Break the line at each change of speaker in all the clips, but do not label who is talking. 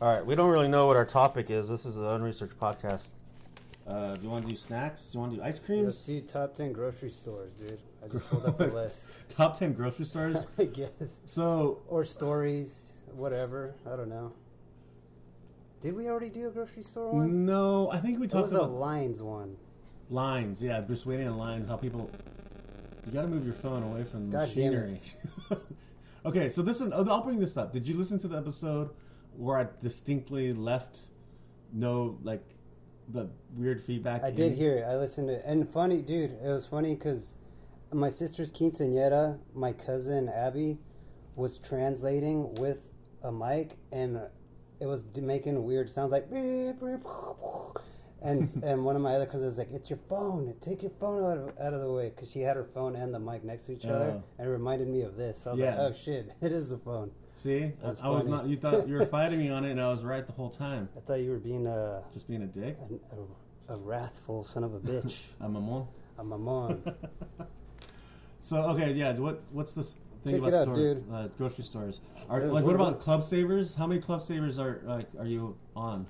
All right, we don't really know what our topic is. This is an unresearched podcast. Uh, do you want to do snacks? Do you want to do ice
You'll
creams?
see top 10 grocery stores, dude. I just pulled up the list.
Top ten grocery stores.
I guess.
so
Or stories, whatever. I don't know. Did we already do a grocery store one?
no, I think we
That
talked
was a
Mm, about
Lions one.
lines. Yeah, just waiting in lines. How people, you got to move your phone away from the
God damn
machinery. okay, so this is. oh, I'll bring this up. Did you listen to the episode where I distinctly left no like the weird feedback?
I
in?
did hear it. I listened to it. And funny, dude, it was funny because my sister's quinceanera, my cousin Abby, was translating with a mic and it was d- making weird sounds like. beep, beep, And, and one of my other cousins was like, It's your phone. Take your phone out of, out of the way. Because she had her phone and the mic next to each other.
Oh.
And it reminded me of this. I was
Yeah.
like, Oh, shit. It is the phone.
See, I,
That's
I was
funny.
not. You thought you were fighting me on it, and I was right the whole time.
I thought you were being a,
Just being a dick.
a, a, a wrathful son of a bitch.
I'm a mole.
a mamon.
so okay, yeah. What what's this thing
Check
about
it out,
store,
dude.
Uh, grocery stores? Are,
There's
like, what
one
about
about-
club savers? How many club savers are like are you on?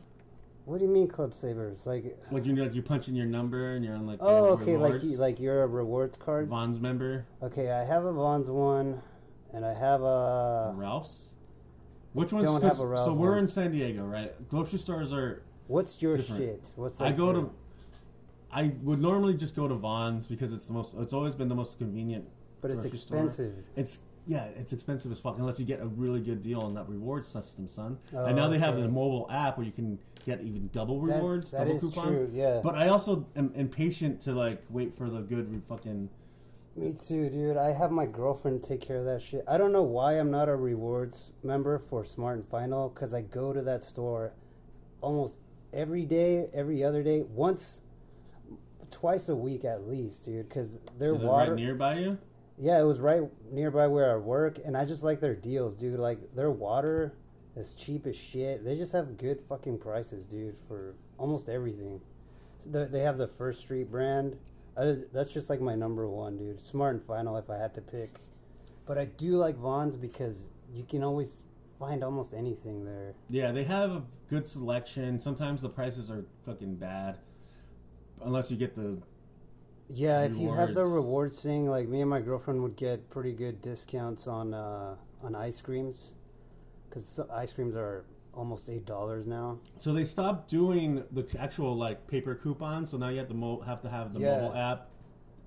What do you mean club savers? Like
Like you like you punch in your number and you're on like
oh
your
okay, like
rewards?
you, like you're a rewards card.
Vons member
Okay, I have a Vons one, and I have a
Ralph's. Which one's
Uh, don't have a Ralph
so we're
one.
in San Diego, right? Grocery stores are
what's your
Different.
shit? What's
I
up
go
there?
to. I would normally just go to Vons because it's the most. It's always been the most convenient.
but it's
grocery store.
expensive.
It's yeah, it's expensive as fuck unless you get a really good deal on that reward system, son.
Oh,
and now they have
okay.
the mobile app where you can get even double
That-
rewards,
that
double
is
coupons.
true. Yeah,
But I also am impatient to like wait for the good re- fucking.
me too, dude. I have my girlfriend take care of that shit. I don't know why I'm not a rewards member for Smart and Final because I go to that store almost every day, every other day, once, twice a week at least, dude. Because their
Is it
water.
right nearby you?
Yeah, it was right nearby where I work, and I just like their deals, dude. Like their water is cheap as shit. They just have good fucking prices, dude, for almost everything. So they- they have the First Street brand. I, that's just like my number one, dude. Smart and Final, if I had to pick. But I do like Vons because you can always find almost anything there.
Yeah, they have a good selection. Sometimes the prices are fucking bad, unless you get the
Yeah, if you have the
Rewards.
rewards thing, like me and my girlfriend would get pretty good discounts on uh, on ice creams, because ice creams are almost eight dollars now.
So they stopped doing the actual like paper coupon. So now you have to mo- have to have the
Yeah.
mobile app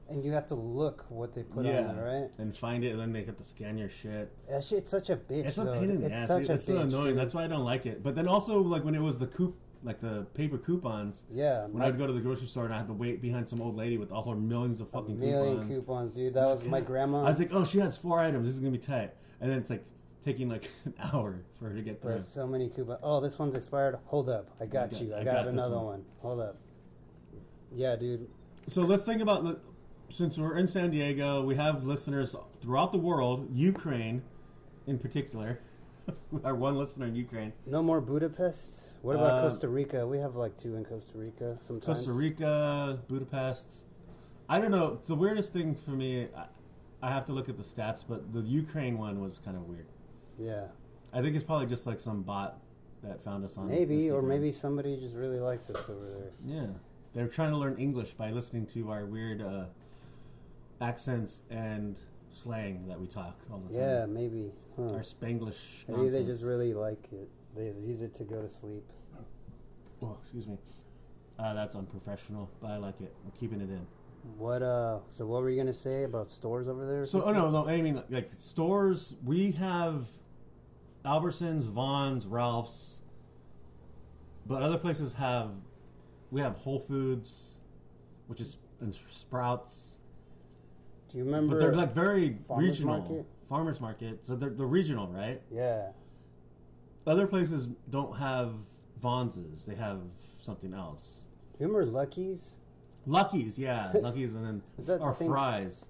And you have to look what they put
Yeah.
on it, right?
and find it, and then they have to scan your shit.
That shit's such a bitch.
It's a
though.
pain in the
it's
ass.
such
dude.
a
it's so
bitch.
annoying.
dude.
That's why I don't like it. But then also, like when it was the coup, like the paper coupons,
yeah.
when I'd go to the grocery store and I had to wait behind some old lady with all her millions of
a
fucking
million
coupons.
coupons. dude. That was my
Yeah.
grandma.
I was like, oh, she has four items. This is gonna be tight. And then it's like taking like an hour for her to get through.
There's so many coupons. Oh, this one's expired. Hold up, I got
got-
you. I,
I
got,
got this
another
one.
one. Hold up. Yeah, dude.
So let's think about let- since we're in San Diego, we have listeners throughout the world, Ukraine, in particular. Our one listener in Ukraine,
No more Budapest. What about
Um,
Costa Rica? We have like two in Costa Rica sometimes.
Costa Rica, Budapest. I don't know. The weirdest thing for me, I, I have to look at the stats, but the Ukraine one was kind of weird.
Yeah,
I think it's probably just like some bot that found us on
maybe or
Instagram.
maybe somebody just really likes us over there.
yeah, they're trying to learn English by listening to our weird uh, accents and slang that we talk all the time.
Yeah, maybe. Huh.
Our Spanglish.
Maybe they
nonsense.
just really like it. They use it to go to sleep.
Oh, excuse me. Uh, that's unprofessional, but I like it. I'm keeping it in.
What uh? So what were you gonna say about stores over there? or
So, oh
something?
no, no. I mean, like stores. We have Albertsons, Vons, Ralphs, but other places have. We have Whole Foods, which is and Sprouts,
Do you remember?
but they're like very
Farmers
regional.
Market?
Farmers market. So they're they're regional, right?
yeah.
Other places don't have Vons's. They have something else.
Do you remember Lucky's?
Lucky's, yeah, Lucky's, and
Is
then
that the
or
same-
Fries.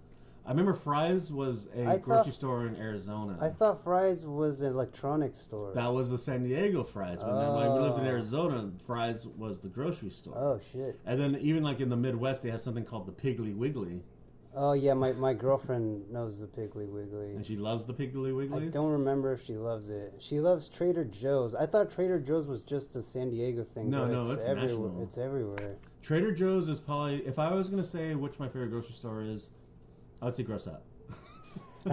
I remember Fries was a
I
grocery
thought-
store in Arizona.
I thought Fry's was an electronics store.
that was the San Diego Fries. When, I- when we lived in
Oh.
Arizona, Fries was the grocery store.
oh shit.
And then even like in the Midwest, they have something called the Piggly Wiggly,
Oh yeah, my, my girlfriend knows the Piggly Wiggly.
and she loves the Piggly
I
Wiggly.
don't remember if she loves it. She loves Trader Joe's. I thought Trader Joe's was just a San Diego thing.
No,
but
no,
it's,
it's
everywhere.
national.
It's everywhere.
Trader Joe's is probably if I was gonna say which my favorite grocery store is, I would say Gross Out.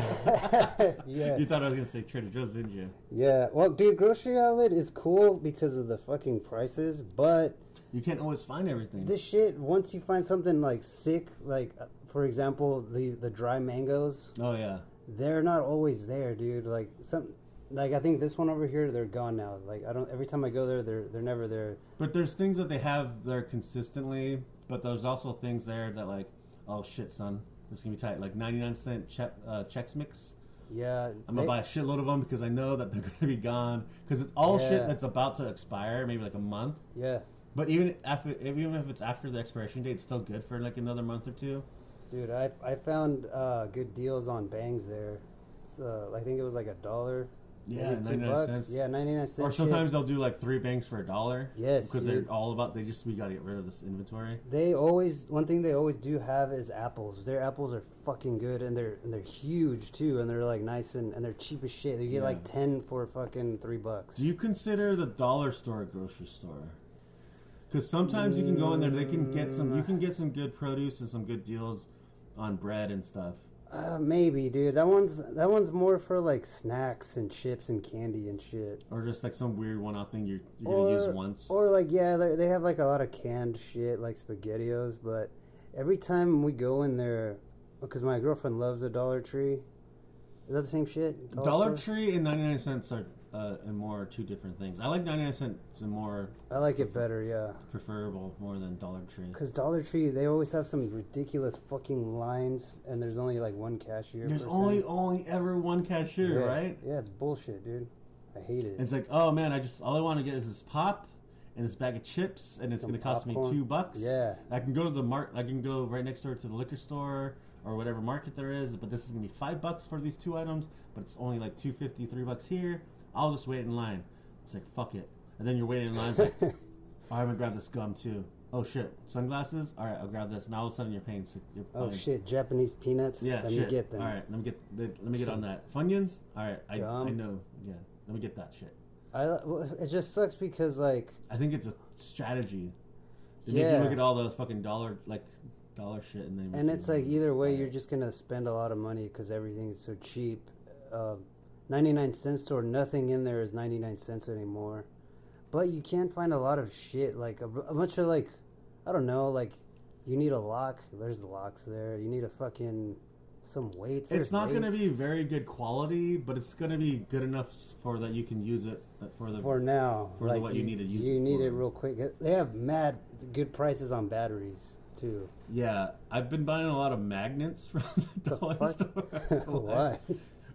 Yeah.
You thought I was gonna say Trader Joe's, didn't you?
Yeah, well, dude, grocery outlet is cool because of the fucking prices, but
You can't always find everything.
this shit once you find something like sick, like uh, for example, the the dry mangoes,
oh yeah.
they're not always there, dude. Like some, like I think this one over here, they're gone now. Like I don't. Every time I go there, they're they're never there.
But there's things that they have there consistently, but there's also things there that like, oh shit, son, this is gonna be tight. Like 99 cent check, uh, checks mix.
Yeah,
I'm
they-
gonna buy a shitload of them because I know that they're gonna be gone because it's all shit
Yeah.
that's about to expire, maybe like a month.
Yeah,
But even after, even if it's after the expiration date, it's still good for like another month or two.
dude, I I found uh, good deals on bangs there. So I think it was like a dollar.
Yeah,
maybe
99 cents.
Yeah, ninety nine cents.
Or
shit.
sometimes they'll do like three banks for a dollar.
Yes,
because
dude.
they're all about. They just we gotta get rid of this inventory.
They always one thing they always do have is apples. Their apples are fucking good and they're and they're huge too and they're like nice and, and they're cheap as shit. They get
Yeah.
like ten for fucking three bucks.
Do you consider the dollar store a grocery store? Because sometimes you can go in there, they can get some. You can get some good produce and some good deals on bread and stuff.
uh, maybe, dude. That one's that one's more for like snacks and chips and candy and shit.
Or just like some weird one-off thing you're, you're gonna use once.
Or like yeah, they they have like a lot of canned shit like spaghettios, but every time we go in there because my girlfriend loves the Dollar Tree. Is that the same shit?
Dollar
Store?
Tree and 99 cents are uh, and more are two different things. I like 99 cents and more
I like it better, yeah.
preferable more than Dollar Tree.
Because Dollar Tree, they always have some ridiculous fucking lines, and there's only like one cashier.
There's
person.
only only ever one cashier,
Yeah.
right?
Yeah, it's bullshit, dude. I hate it.
And it's like, oh man, I just all I want to get is this pop and this bag of chips, and it's
Some
going to cost
popcorn.
me two bucks.
Yeah.
I can go to the mart. I can go right next door to the liquor store or whatever market there is, but this is going to be five bucks for these two items, but it's only like two fifty, three bucks here. I'll just wait in line. It's like fuck it, and then you're waiting in line. It's like, all right, I'm gonna grab this gum too. Oh shit, sunglasses. All right, I'll grab this, and all of a sudden you're paying. si- You're
oh
paying-
shit, Japanese peanuts.
Yeah,
let
shit.
me get them.
All right, let me get let, let me get on that. Funyuns. All right, I,
Gum.
I know. Yeah, let me get that shit.
I, well, it just sucks because like
I think it's a strategy. They make
Yeah.
you look at all the fucking dollar like dollar shit and then
And it's like either way, you're just gonna spend a lot of money because everything is so cheap. Uh, 99 cent store, nothing in there is 99 cents anymore. But you can find a lot of shit, like a, a bunch of like, I don't know, like you need a lock. There's locks there. You need a fucking some weights.
it's
there's
not going to
weights.
be very good quality, but it's going to be good enough for that you can use it uh, for the
for now.
for the-
like
what you need to use
You
it
need
for.
it real quick. They have mad good prices on batteries too.
Yeah, I've been buying a lot of magnets from the
The
dollar
fuck?
store.
Why?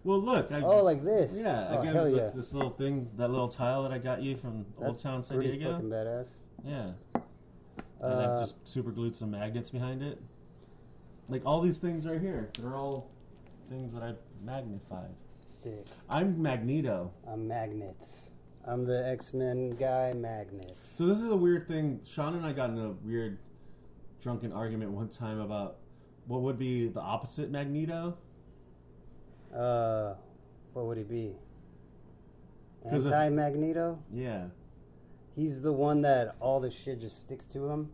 Well, look, I
Oh, like this.
yeah,
Oh,
I got
hell
look,
yeah.
this little thing, that little tile that I got you from Old
That's
Town San
pretty
Diego.
fucking badass.
Yeah. And
Uh,
I've just super glued some magnets behind it. Like all these things right here, they're all things that I've magnified.
Sick.
I'm Magneto.
I'm magnets. I'm the X Men guy, magnets.
So this is a weird thing. Sean and I got in a weird drunken argument one time about what would be the opposite Magneto.
Uh, what would he be?
'Cause if-
Anti Magneto.
Yeah.
He's the one that all the shit just sticks to him.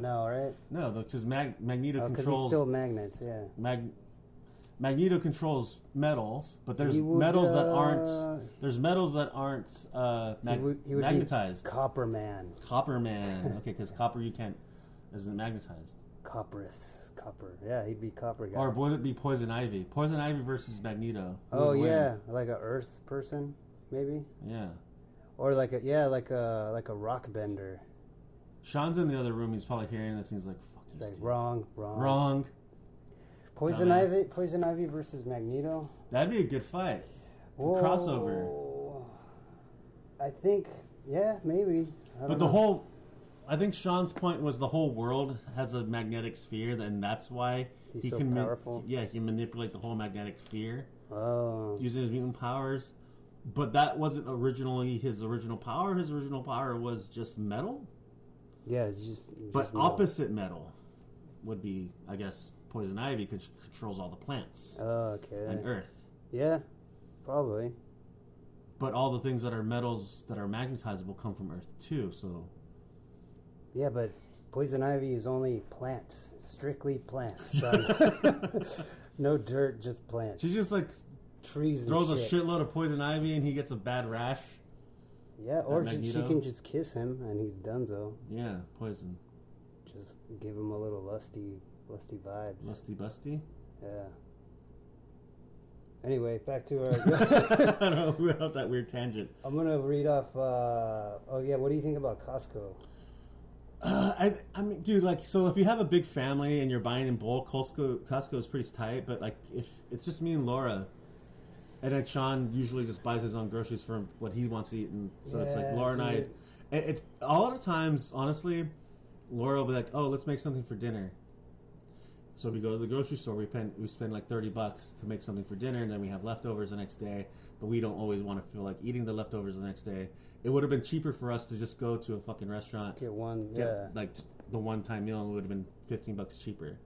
No, right?
no, because Mag- Magneto
Because Oh, he's
controls
still magnets. Yeah.
Mag- Magneto controls metals, but there's
He would,
metals that
uh,
aren't there's metals that aren't uh, mag-
he would, he would
magnetized.
Be Copper Man,
Copper Man. Okay, because copper you can't isn't magnetized.
Copperus, Copper. Yeah, he'd be Copper guy.
Or would it be Poison Ivy? Poison Ivy versus Magneto. Who
oh
would win?
yeah, like a Earth person, maybe,
yeah.
or like a yeah, like a like a rock bender.
Sean's in the other room. He's probably hearing this. And he's like, "Fuck
It's
you,
like
Steve."
wrong, wrong,
Wrong.
Poison
Dumbass.
Ivy, Poison Ivy versus Magneto.
That'd be a good fight. crossover.
Whoa. I think, yeah, maybe. I
But
don't
the
know.
whole, I think Sean's point was the whole world has a magnetic sphere, and that's why
He's
he
so
can ma-
powerful.
yeah, he can manipulate the whole magnetic sphere
Oh,
using his mutant powers. But that wasn't originally his original power. His original power was just metal.
yeah, just.
But
just metal.
opposite metal would be, I guess, poison ivy con- controls all the
Oh,
plants
Okay.
and earth.
Yeah, probably.
But all the things that are metals that are magnetizable come from earth too. So
Yeah, but poison ivy is only plants, strictly plants. son. no dirt, just plants,
she just like
trees. and
throws a
shit.
shitload of poison ivy and he gets a bad rash.
Yeah, or
that
she, she
Magneto.
can just kiss him and he's donezo.
Yeah, poison.
Just give him a little lusty, lusty vibes.
Lusty busty.
Yeah. Anyway, back to
I
our.
don't know. We went off that weird tangent.
I'm gonna read off. Uh, oh yeah, what do you think about Costco?
Uh, I, I mean, dude, like, so if you have a big family and you're buying in bulk, Costco, Costco is pretty tight. But like, if it's just me and Laura, and like Sean usually just buys his own groceries for what he wants to eat, and so it's like
Yeah,
Laura and I.
dude.
It, it a lot of times, honestly, Laura will be like, "Oh, let's make something for dinner." So we go to the grocery store. We spend we spend like thirty bucks to make something for dinner, and then we have leftovers the next day. But we don't always want to feel like eating the leftovers the next day. It would have been cheaper for us to just go to a fucking restaurant
Get one.
get
Yeah.
like the one time meal would have been 15 bucks cheaper.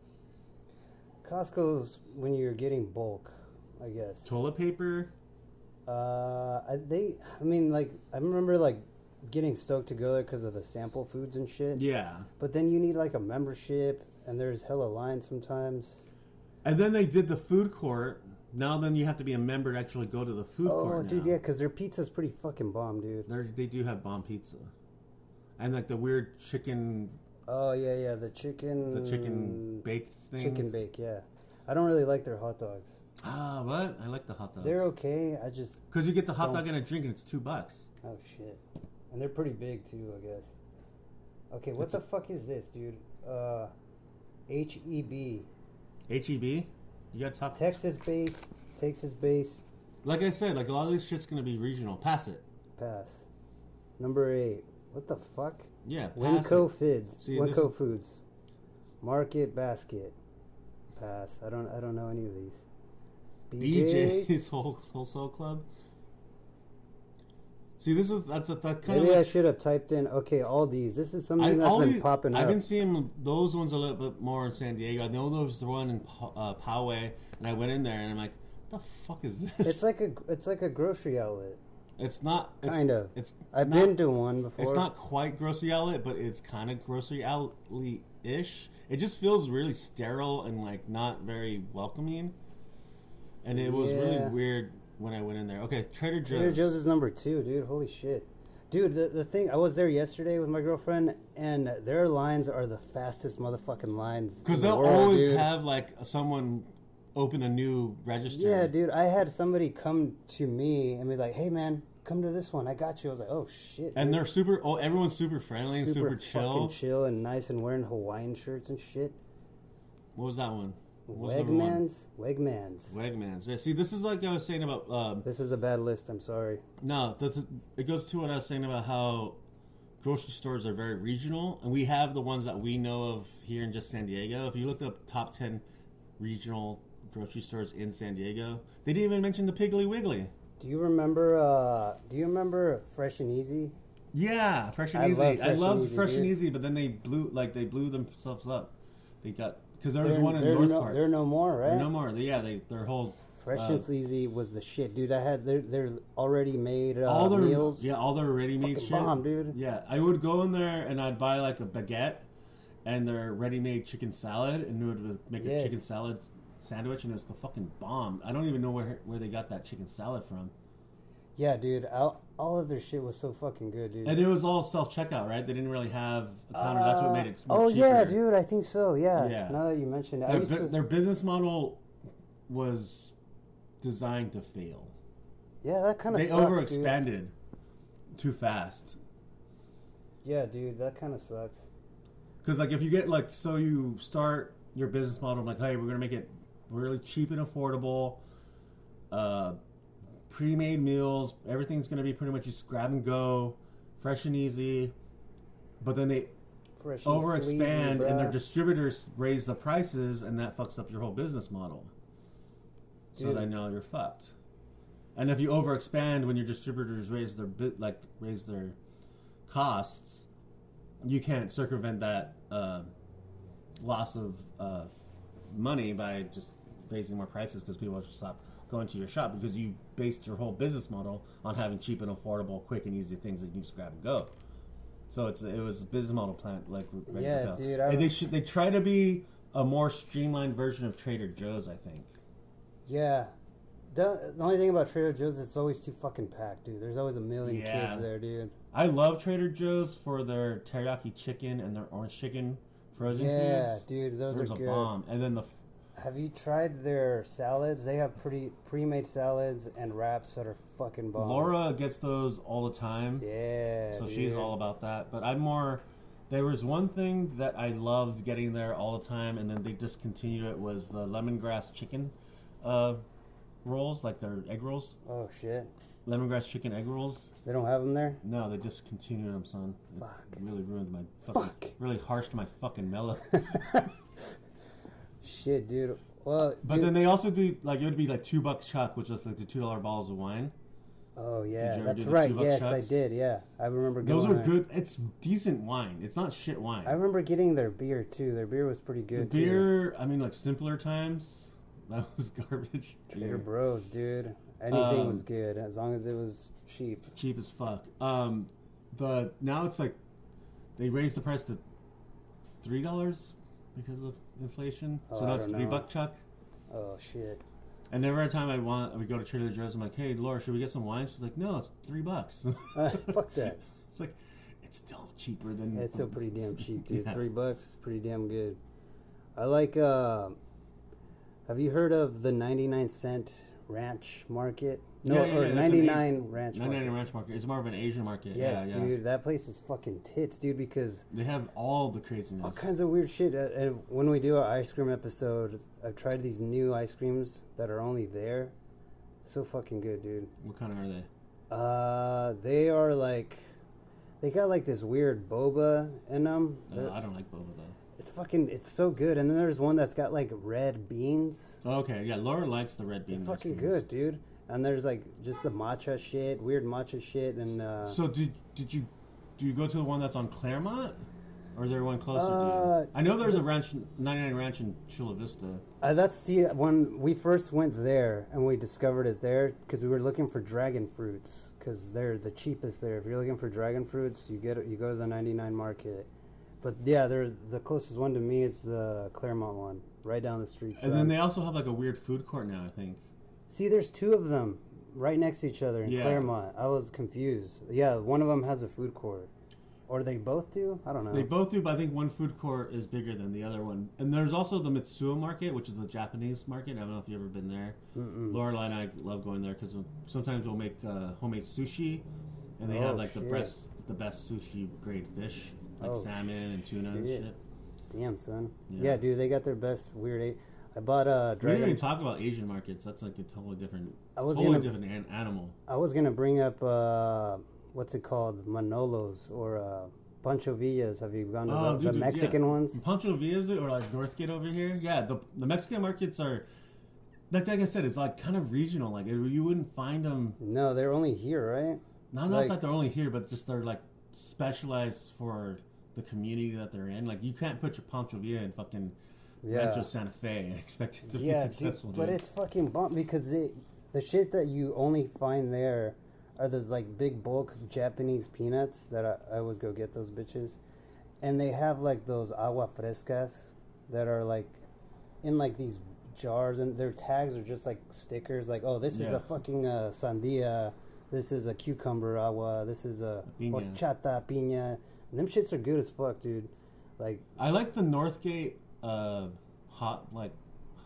Costco's when you're getting bulk, I guess.
Toilet paper,
Uh, I- they. I mean, like I remember like getting stoked to go there because of the sample foods and shit.
yeah.
But then you need like a membership, and there's hella lines sometimes.
And then they did the food court. Now then you have to be a member to actually go to the food
oh,
court.
dude,
now.
yeah, because their pizza's pretty fucking bomb, dude.
They're, they do have bomb pizza, and like the weird chicken,
Oh yeah, yeah, the chicken.
the chicken baked thing.
Mm, Chicken bake, yeah. I don't really like their hot dogs.
Ah, what? I like the hot dogs.
They're okay. I just
Cause you get the hot
Don't-
dog and a drink and it's two bucks.
oh shit, and they're pretty big too, I guess. Okay, what
It's
the fuck is this, dude? Uh, H E B,
H E B, you gotta talk.
Texas base, Texas base,
Like I said, like a lot of this shit's gonna be regional. Pass it.
pass. Number eight. What the fuck?
Yeah. Pass
Winco
it.
Foods.
See, this
Winco Foods. Market Basket. Pass. I don't. I don't know any of these.
BJ's whole wholesale club. See, this is that's that, that kind
Maybe
of.
I
Like,
should have typed in. Okay, all these. This is
I-
something that's
all
been
these-
popping
I've
up.
been seeing those ones a little bit more in San Diego. I know there was the one in Pa- uh, Poway, and I went in there and I'm like, "What the fuck is this?"
It's like a. It's like a grocery outlet.
it's not it's,
kind of.
It's
I've
not-
been to one before.
It's not quite grocery outlet, but it's kind of grocery outlet ish. It just feels really sterile and like not very welcoming. And it was
Yeah.
really weird when I went in there. Okay, Trader Joe's.
Trader Joe's is number two, dude. Holy shit. Dude, the, the thing, I was there yesterday with my girlfriend, and their lines are the fastest motherfucking lines. in
Because
the
they'll
world,
always
dude.
have like someone open a new register.
Yeah, dude, I had somebody come to me and be like, hey, man, come to this one. I got you. I was like, oh, shit.
And
dude."
they're super. Oh, everyone's super friendly and super, chill.
fucking chill and nice and wearing Hawaiian shirts and shit.
what was that one? What was number one?
Wegmans. Wegmans.
Wegmans. Yeah, see, this is like I was saying about. Um,
This is a bad list. I'm sorry.
no, that's, it goes to what I was saying about how grocery stores are very regional, and we have the ones that we know of here in just San Diego. If you looked up top ten regional grocery stores in San Diego, they didn't even mention the Piggly Wiggly.
Do you remember, uh, do you remember Fresh and Easy?
Yeah, Fresh and
I
Easy.
love Fresh
I
and
loved
Easy,
Fresh and
dude.
Easy, but then they blew like they blew themselves up. They got because there was
They're-
one in
they're
North
no,
Park.
They're no more,
They're
right?
no more. They, yeah, they their whole
Fresh
Uh,
and Sleazy was the shit, dude. I had they're they're already made uh,
all their
meals.
yeah all their ready made
Fucking
shit.
bomb, dude.
Yeah, I would go in there and I'd buy like a baguette and their ready made chicken salad and it would make a
Yes.
chicken salad sandwich and it's the fucking bomb. I don't even know where where they got that chicken salad from.
Yeah, dude. All, all of their shit was so fucking good, dude.
And it was all self checkout, right? They didn't really have a counter. That's what
Uh,
made it.
Oh
cheaper.
yeah, dude. I think so. Yeah.
Yeah.
Now that you mentioned it, I
their,
used
bu-
to,
their business model was designed to fail.
yeah, that kind of
They
sucks, dude.
overexpanded too fast.
Yeah, dude. That kind of sucks.
Because like if you get like so you start your business model like hey we're gonna make it really cheap and affordable, uh, pre-made meals everything's gonna be pretty much just grab and go, fresh and easy, but then they
Fresh and
overexpand
sleazy,
and their
bruh.
distributors raise the prices and that fucks up your whole business model. So
Dude.
then now you're fucked. And if you overexpand when your distributors raise their bit like raise their costs, um, you can't circumvent that uh, loss of uh, money by just raising more prices because people will stop going to your shop because you based your whole business model on having cheap and affordable, quick and easy things that you can just grab and go. So it's it was a business model plan like Red
Yeah,
Hotel.
dude, I
And they
re-
should they try to be a more streamlined version of Trader Joe's, I think.
Yeah. The, the only thing about Trader Joe's is it's always too fucking packed, dude. There's always a million
Yeah.
kids there, dude.
I love Trader Joe's for their teriyaki chicken and their orange chicken frozen
Yeah,
foods.
dude, those
There's
are
a
good.
bomb, and then the
Have you tried their salads? They have pretty pre-made salads and wraps that are fucking bomb.
Laura gets those all the time.
Yeah.
so she's
dude.
all about that. But I'm more. There was one thing that I loved getting there all the time, and then they discontinued it was the lemongrass chicken uh, rolls, like their egg rolls,
Oh shit!
lemongrass chicken egg rolls.
They don't have them there.
No, they discontinued them, son. It
Fuck.
really ruined my fucking,
Fuck.
really harshed my fucking mellow.
Shit, dude. Well,
But
dude-
then they also do like it would be like two bucks chuck, which was like the two dollar bottles of wine.
oh yeah,
you ever
that's
do the
right.
two-buck
Yes, I
shots?
did. Yeah, I remember.
Those
going
are
there.
good. It's decent wine. It's not shit wine.
I remember getting their beer too. Their beer was pretty
The
good. too.
beer, I mean, like simpler times, that was garbage.
Trader
Beer.
Bros, dude. Anything
Um,
was good as long as it was cheap.
cheap as fuck. Um, the now it's like they raised the price to three dollars because of inflation.
Oh,
so now
I
it's
don't
three
know.
buck chuck.
Oh shit!
And every time I want, we go to Trader Joe's. I'm like, hey, Laura, should we get some wine? She's like, no, it's three bucks.
Uh, Fuck that.
It's like it's still cheaper than.
It's still pretty damn cheap, dude.
Mm. Yeah.
Three bucks is pretty damn good. I like. Uh, have you heard of the ninety-nine cent ranch market? No,
Yeah, yeah,
or
yeah, that's an
ninety-nine ranch.
Nine ninety
market.
ranch market. It's more of an Asian market.
Yes,
yeah, yeah.
dude. That place is fucking tits, dude. Because
They have all the craziness.
all kinds of weird shit. Uh, And when we do our ice cream episode, I've tried these new ice creams that are only there. So fucking good, dude.
What kind are they?
Uh, they are like, they got like this weird boba in them.
Uh, I don't like boba though.
It's fucking, it's so good. And then there's one that's got like red beans.
Okay, yeah, Laura likes the red
They're
bean. ice
fucking
creams.
good, dude. And there's like just the matcha shit, weird matcha shit, and uh,
So did did you do you go to the one that's on Claremont, or is there one closer
Uh,
to you? I know there's a ranch, 99 Ranch in Chula Vista.
uh, that's the when we first went there and we discovered it there because we were looking for dragon fruits because they're the cheapest there. If you're looking for dragon fruits, you get you go to the 99 market. But yeah, they're the closest one to me is the Claremont one, right down the street.
And
so-
then they also have like a weird food court now. I think.
See, there's two of them right next to each other in
Yeah.
Claremont. I was confused. Yeah, one of them has a food court, or they both do. I don't know.
They both do, but I think one food court is bigger than the other one. And there's also the Mitsuo Market, which is the Japanese market. I don't know if you've ever been there.
Mm-mm.
Laura and I love going there because sometimes we'll make uh, homemade sushi, and they
Oh,
have like the
shit.
best the best sushi grade fish, like
Oh,
salmon and tuna and
shit.
shit.
Damn son. Yeah.
Yeah.
dude, they got their best weird. A- I bought a
We didn't
dragon.
even talk about Asian markets. That's like a totally different,
I was
totally
gonna.
different an- animal.
I was gonna bring up uh, what's it called, Manolos or uh, Pancho Villas. Have you gone to
Oh,
the,
dude,
the
dude, yeah.
Mexican ones?
Pancho Villas or like Northgate over here. Yeah, the the Mexican markets are like like I said, it's like kind of regional. Like it, you wouldn't find them.
No, they're only here, right?
Not not
Like-
that they're only here, but just they're like specialized for the community that they're in. Like you can't put your Pancho Villa in fucking
Yeah.
Rancho Santa Fe and expect it to
yeah,
be successful.
dude, but
dude.
it's fucking bomb because they, the shit that you only find there are those like big bulk Japanese peanuts that I, I always go get those bitches, and they have like those agua frescas that are like in like these jars and their tags are just like stickers like oh this is
Yeah.
a fucking uh, sandia this is a cucumber agua this is a
Piña.
horchata piña and them shits are good as fuck dude like
I like the Northgate uh, hot like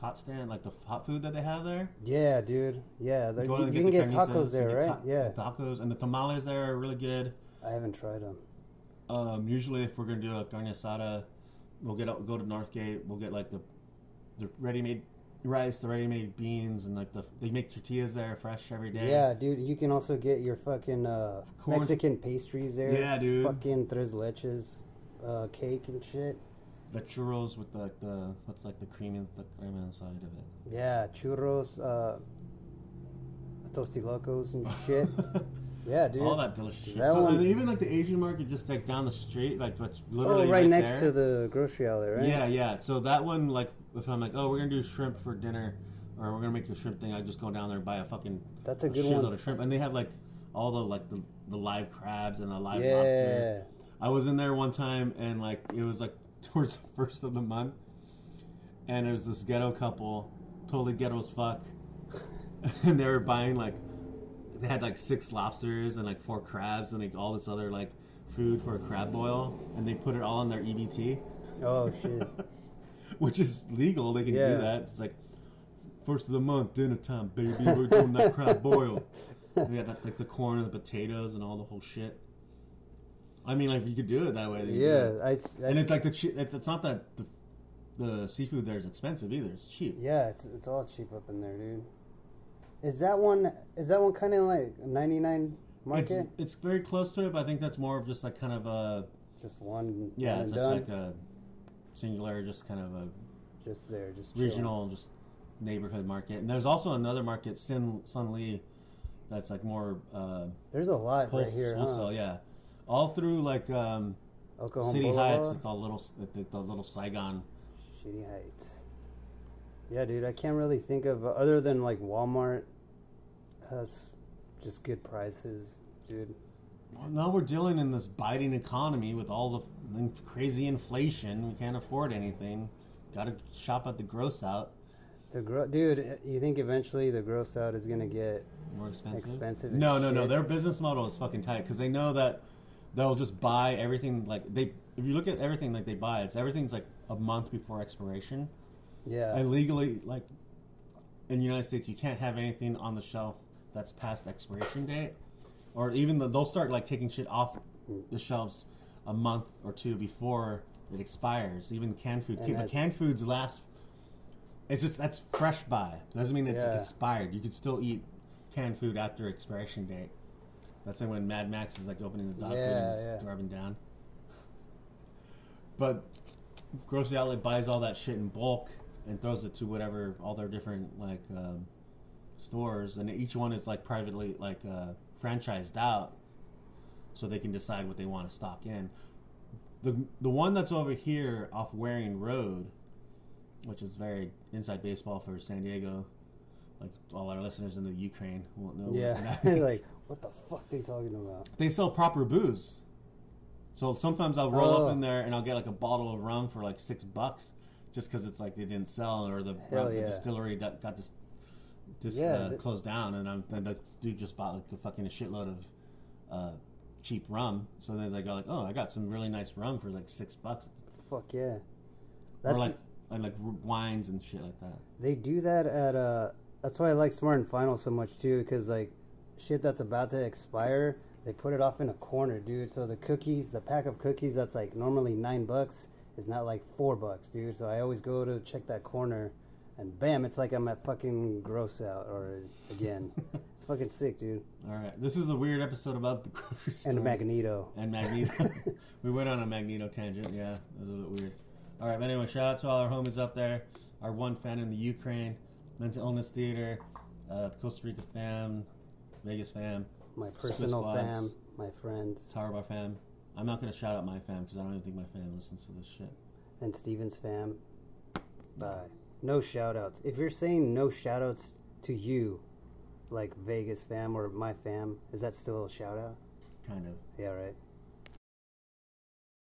hot stand, like the hot food that they have there.
yeah dude yeah they're-
Go
you,
and
you can
the
get
carnitas,
tacos
you
there
can
right
get ta-
yeah
tacos and the tamales there are really good.
I haven't tried them.
Um, usually, if we're gonna do a carne asada, we'll get out, go to Northgate. We'll get like the the ready-made rice, the ready-made beans, and like the they make tortillas there fresh every
Yeah.
day.
dude, you can also get your fucking uh,
Corn-
Mexican pastries there.
Yeah, dude.
Fucking tres leches, uh, cake and shit.
The churros with like the what's like the cream and the cream inside of it.
Yeah, churros, uh, tostilocos and shit. Yeah, dude.
all that delicious shit.
That
so,
one-
and even like the Asian market, just like down the street, like that's
oh,
literally
right, next
there.
to the grocery outlet, right?
Yeah, yeah. So that one, like, if I'm like, oh, we're gonna do shrimp for dinner, or we're gonna make the shrimp thing, I just go down there and buy a fucking
That's a good
shitload
one.
of shrimp, and they have like all the like the, the live crabs and the live lobster.
Yeah.
I was in there one time and like it was like towards the first of the month, and it was this ghetto couple, totally ghetto as fuck, and they were buying like they had like six lobsters and like four crabs and like all this other like food for a crab boil, and they put it all in their EBT,
Oh shit.
which is legal. They can
Yeah.
do that. It's like first of the month dinner time, baby. We're doing that crab boil. And They had that, like the corn and the potatoes and all the whole shit. I mean, like if you could do it that way. then you do
yeah,
it
I, s- I
and
s-
it's like the che- it's, it's not that the, the seafood there is expensive either. It's cheap.
yeah, it's it's all cheap up in there, dude. Is that one? Is that one kind of like ninety nine market?
It's, it's very close to it, but I think that's more of just like kind of a
Just one.
yeah,
one
it's,
and
it's
done.
like a singular, just kind of a
just there, just chilling.
regional, just neighborhood market. And there's also another market, Sin Sun Lee, that's like more uh,
There's a lot
whole,
right here,
wholesale.
huh?
Yeah, all through like um,
Oklahoma
City Heights.
Boulevard,
It's all little the, the little Saigon.
City Heights. Yeah, dude, I can't really think of uh, other than like Walmart has just good prices, dude.
Well, now we're dealing in this biting economy with all the f- in- crazy inflation. We can't afford anything. Got to shop at the gross out.
The gro- dude, uh, you think eventually the gross out is gonna get
More expensive.
Expensive as
No, no, no.
shit.
Their business model is fucking tight because they know that they'll just buy everything. Like they, if you look at everything like they buy, it's everything's like a month before expiration.
yeah.
And legally, like in the United States, you can't have anything on the shelf that's past expiration date, or even the, they'll start like taking shit off the shelves a month or two before it expires. Even canned food,
And
but
that's-
canned foods last. It's just that's fresh by doesn't mean it's
Yeah.
expired. You could still eat canned food after expiration date. That's like when Mad Max is like opening the dog food
Yeah,
and
yeah.
just driving down. But grocery outlet buys all that shit in bulk and throws it to whatever all their different like um, stores, and each one is like privately like uh, franchised out, so they can decide what they want to stock in. The the one that's over here off Waring Road, which is very inside baseball for San Diego. Like all our listeners in the Ukraine won't know. what
yeah,
that means.
like what the fuck they talking about?
they sell proper booze. So sometimes I'll roll
Oh.
up in there and I'll get like a bottle of rum for like six bucks, just because it's like they didn't sell or the,
Hell
rum,
yeah.
the distillery got, got this just
Yeah,
uh,
th-
closed down, and I'm and the dude just bought like a fucking shitload of uh, cheap rum. So then they go like, oh, I got some really nice rum for like six bucks,
Fuck yeah, that's
or like and like r- wines and shit like that.
they do that at uh. That's why I like Smart and Final so much too, because like shit that's about to expire, they put it off in a corner, dude. So the cookies, the pack of cookies that's like normally nine bucks is not like four bucks, dude. So I always go to check that corner, and bam, it's like I'm at fucking gross out or again. it's fucking sick, dude.
All right, this is a weird episode about the grocery store
And the Magneto.
And Magneto. we went on a Magneto tangent. Yeah, it was a bit weird. All right, but anyway, shout out to all our homies up there. Our one fan in the Ukraine, Mental Illness Theater, uh, Costa Rica fam, Vegas fam,
My personal
Swiss wives.
fam, my friends,
Tower Bar fam. I'm not gonna shout out my fam because I don't even think my fam listens to this shit.
and Steven's fam. Bye. No shout outs. If you're saying no shout outs to you, like Vegas fam or my fam, is that still a shout out?
Kind of.
Yeah, right.